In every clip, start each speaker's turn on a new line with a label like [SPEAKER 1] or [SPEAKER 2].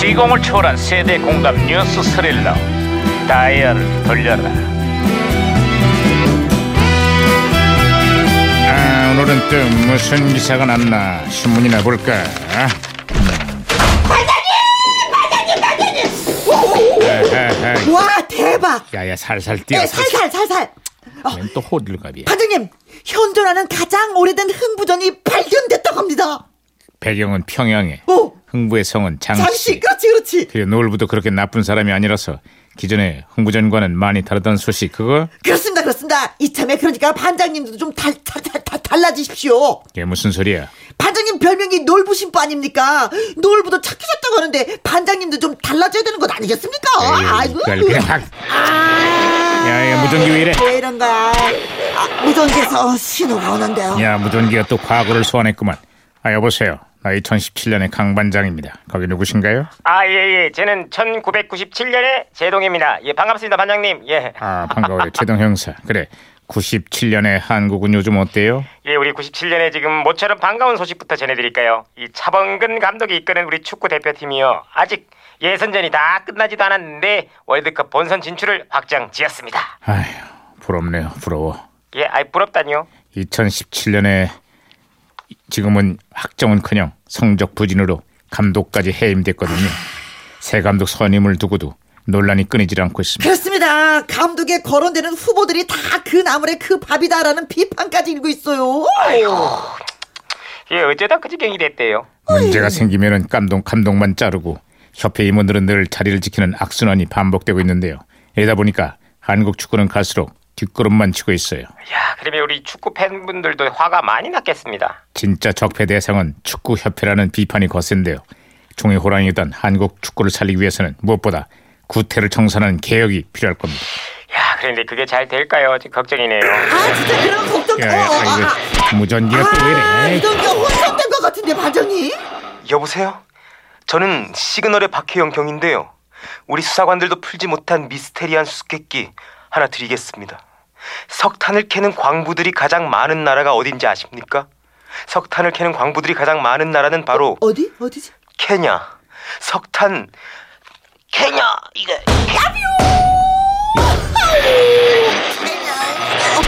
[SPEAKER 1] 시공을 초월한 세대 공감 뉴스 스릴러 다이얼을 돌려라
[SPEAKER 2] 아, 오늘은 또 무슨 기사가 났나 신문이나 볼까? 반장님! 반장님! 반장님!
[SPEAKER 3] 와 대박!
[SPEAKER 2] 야야 살살 뛰어
[SPEAKER 3] 예, 살살 살살. 어,
[SPEAKER 2] 웬또 호들갑이야
[SPEAKER 3] 반장님 현존하는 가장 오래된 흥부전이 발견됐다고 합니다.
[SPEAKER 2] 배경은 평양에
[SPEAKER 3] 오
[SPEAKER 2] 흥부의 성은
[SPEAKER 3] 잠시
[SPEAKER 2] 장씨
[SPEAKER 3] 그렇지 그렇지
[SPEAKER 2] 그리고 노을부도 그렇게 나쁜 사람이 아니라서 기존의 흥부전과는 많이 다르다는 소식 그거?
[SPEAKER 3] 그렇습니다 그렇습니다. 이참에 그러니까 반장님도 좀 달, 달, 달, 달, 달라지십시오.
[SPEAKER 2] 이게 무슨 소리야
[SPEAKER 3] 반장님 별명이 놀부신부 아닙니까? 놀부도 착해졌다고 하는데 반장님도 좀 달라져야 되는 것 아니겠습니까?
[SPEAKER 2] 에이,
[SPEAKER 3] 아이고. 아.
[SPEAKER 2] 그걸 그냥 막- 야야 무전기 왜 이래
[SPEAKER 3] 왜 이런 거야? 아, 무전기에서 신호가 오는데요.
[SPEAKER 2] 야 무전기가 또 과거를 소환했구만 아 여보세요 나 2017년의 강반장입니다 거기 누구신가요?
[SPEAKER 4] 아, 예, 예. 저는 1997년에 제동입니다. 예, 반갑습니다, 반장님. 예.
[SPEAKER 2] 아 반가워요 최동 형사 그래 97년의 한국은 요즘 어때요?
[SPEAKER 4] 예, 우리 97년에 지금 모처럼 반가운 소식부터 전해드릴까요? 이 차범근 감독이 이끄는 우리 축구 대표팀이요. 아직 예선전이 다 끝나지도 않았는데 월드컵 본선 진출을 확정 지었습니다.
[SPEAKER 2] 아휴 부럽네요 부러워
[SPEAKER 4] 예, 아이, 부럽다니요.
[SPEAKER 2] 2017년에 지금은 학정은커녕 성적 부진으로 감독까지 해임됐거든요 새 감독 선임을 두고도 논란이 끊이질 않고 있습니다
[SPEAKER 3] 그렇습니다. 감독에 거론되는 후보들이 다 그 나물의 그 밥이다라는 비판까지 일고 있어요.
[SPEAKER 4] 예, 어쩌다 그 지경이 됐대요.
[SPEAKER 2] 문제가 생기면은 감독 감독만 자르고 협회 임원들은 늘 자리를 지키는 악순환이 반복되고 있는데요 이러다 보니까 한국 축구는 갈수록 뒷걸음만 치고 있어요
[SPEAKER 4] 야, 그러면 우리 축구 팬분들도 화가 많이 났겠습니다.
[SPEAKER 2] 진짜 적폐 대상은 축구 협회라는 비판이 거센데요. 종이 호랑이던 한국 축구를 살리기 위해서는 무엇보다 구태를 청산하는 개혁이 필요할 겁니다.
[SPEAKER 4] 야, 그런데 그게 잘 될까요? 지금 걱정이네요.
[SPEAKER 3] 아 진짜 그런 걱정. 어,
[SPEAKER 2] 야, 야, 아, 이거 무전기가 또
[SPEAKER 3] 아,
[SPEAKER 2] 왜래?
[SPEAKER 3] 이건 혼선된 것 같은데 반장님.
[SPEAKER 4] 여보세요? 저는 시그널의 박혜영 경인데요. 우리 수사관들도 풀지 못한 미스테리한 수수께끼 하나 드리겠습니다. 석탄을 캐는 광부들이 가장 많은 나라가 어딘지 아십니까? 석탄을 캐는 광부들이 가장 많은 나라는 바로
[SPEAKER 3] 어디 어디지?
[SPEAKER 4] 케냐. 석탄 케냐 이게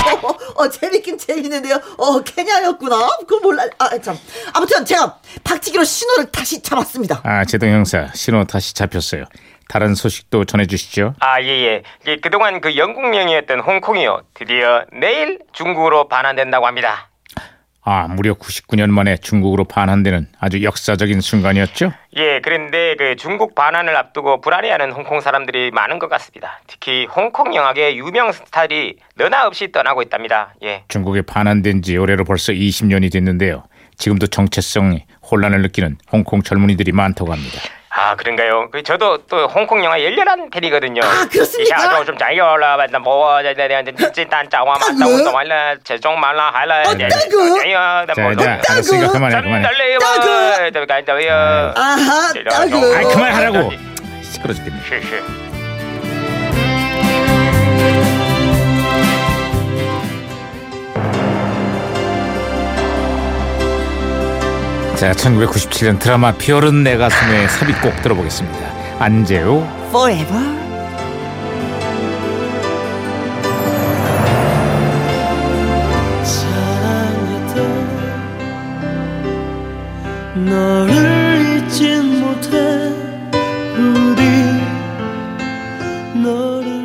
[SPEAKER 3] 어, 어, 어, 재밌긴 재밌는데요. 어 케냐였구나. 그거 몰라. 아 참. 아무튼 제가 박치기로 신호를 다시 잡았습니다.
[SPEAKER 2] 아, 제동 형사 신호 다시 잡혔어요. 다른 소식도 전해주시죠.
[SPEAKER 4] 아, 예, 예. 예, 그동안 그 영국 명이었던 홍콩이요. 드디어 내일 중국으로 반환된다고 합니다.
[SPEAKER 2] 아, 무려 99년 만에 중국으로 반환되는 아주 역사적인 순간이었죠.
[SPEAKER 4] 예, 그런데 그 중국 반환을 앞두고 불안해하는 홍콩 사람들이 많은 것 같습니다. 특히 홍콩 영화계 유명 스타들이 너나 없이 떠나고 있답니다. 예.
[SPEAKER 2] 중국에 반환된 지 올해로 벌써 20년이 됐는데요. 지금도 정체성이 혼란을 느끼는 홍콩 젊은이들이 많다고 합니다.
[SPEAKER 4] 아, 그런가요? 그 저도 또 홍콩 영화 열렬한 팬이거든요.
[SPEAKER 3] 아, 그렇습니까?
[SPEAKER 4] 야좀잘 올라간다. 뭐 자자자자 찐단 짜와 맞다. 운동 말라. 제종 말라 할라.
[SPEAKER 3] 어, 따그?
[SPEAKER 2] 자, 자, 알았으니까 그만해, 그만해.
[SPEAKER 4] 전달래요.
[SPEAKER 3] 따그?
[SPEAKER 4] 따그.
[SPEAKER 3] 아하 따그.
[SPEAKER 2] 아이 그만하라고 시끄러 죽겠네
[SPEAKER 4] 쉬쉬.
[SPEAKER 2] 자 1997년 드라마 별은 내 가슴에 삽입곡 들어보겠습니다 안재우
[SPEAKER 3] Forever.
[SPEAKER 5] 사랑했던 너를 잊진 못해 우리 너를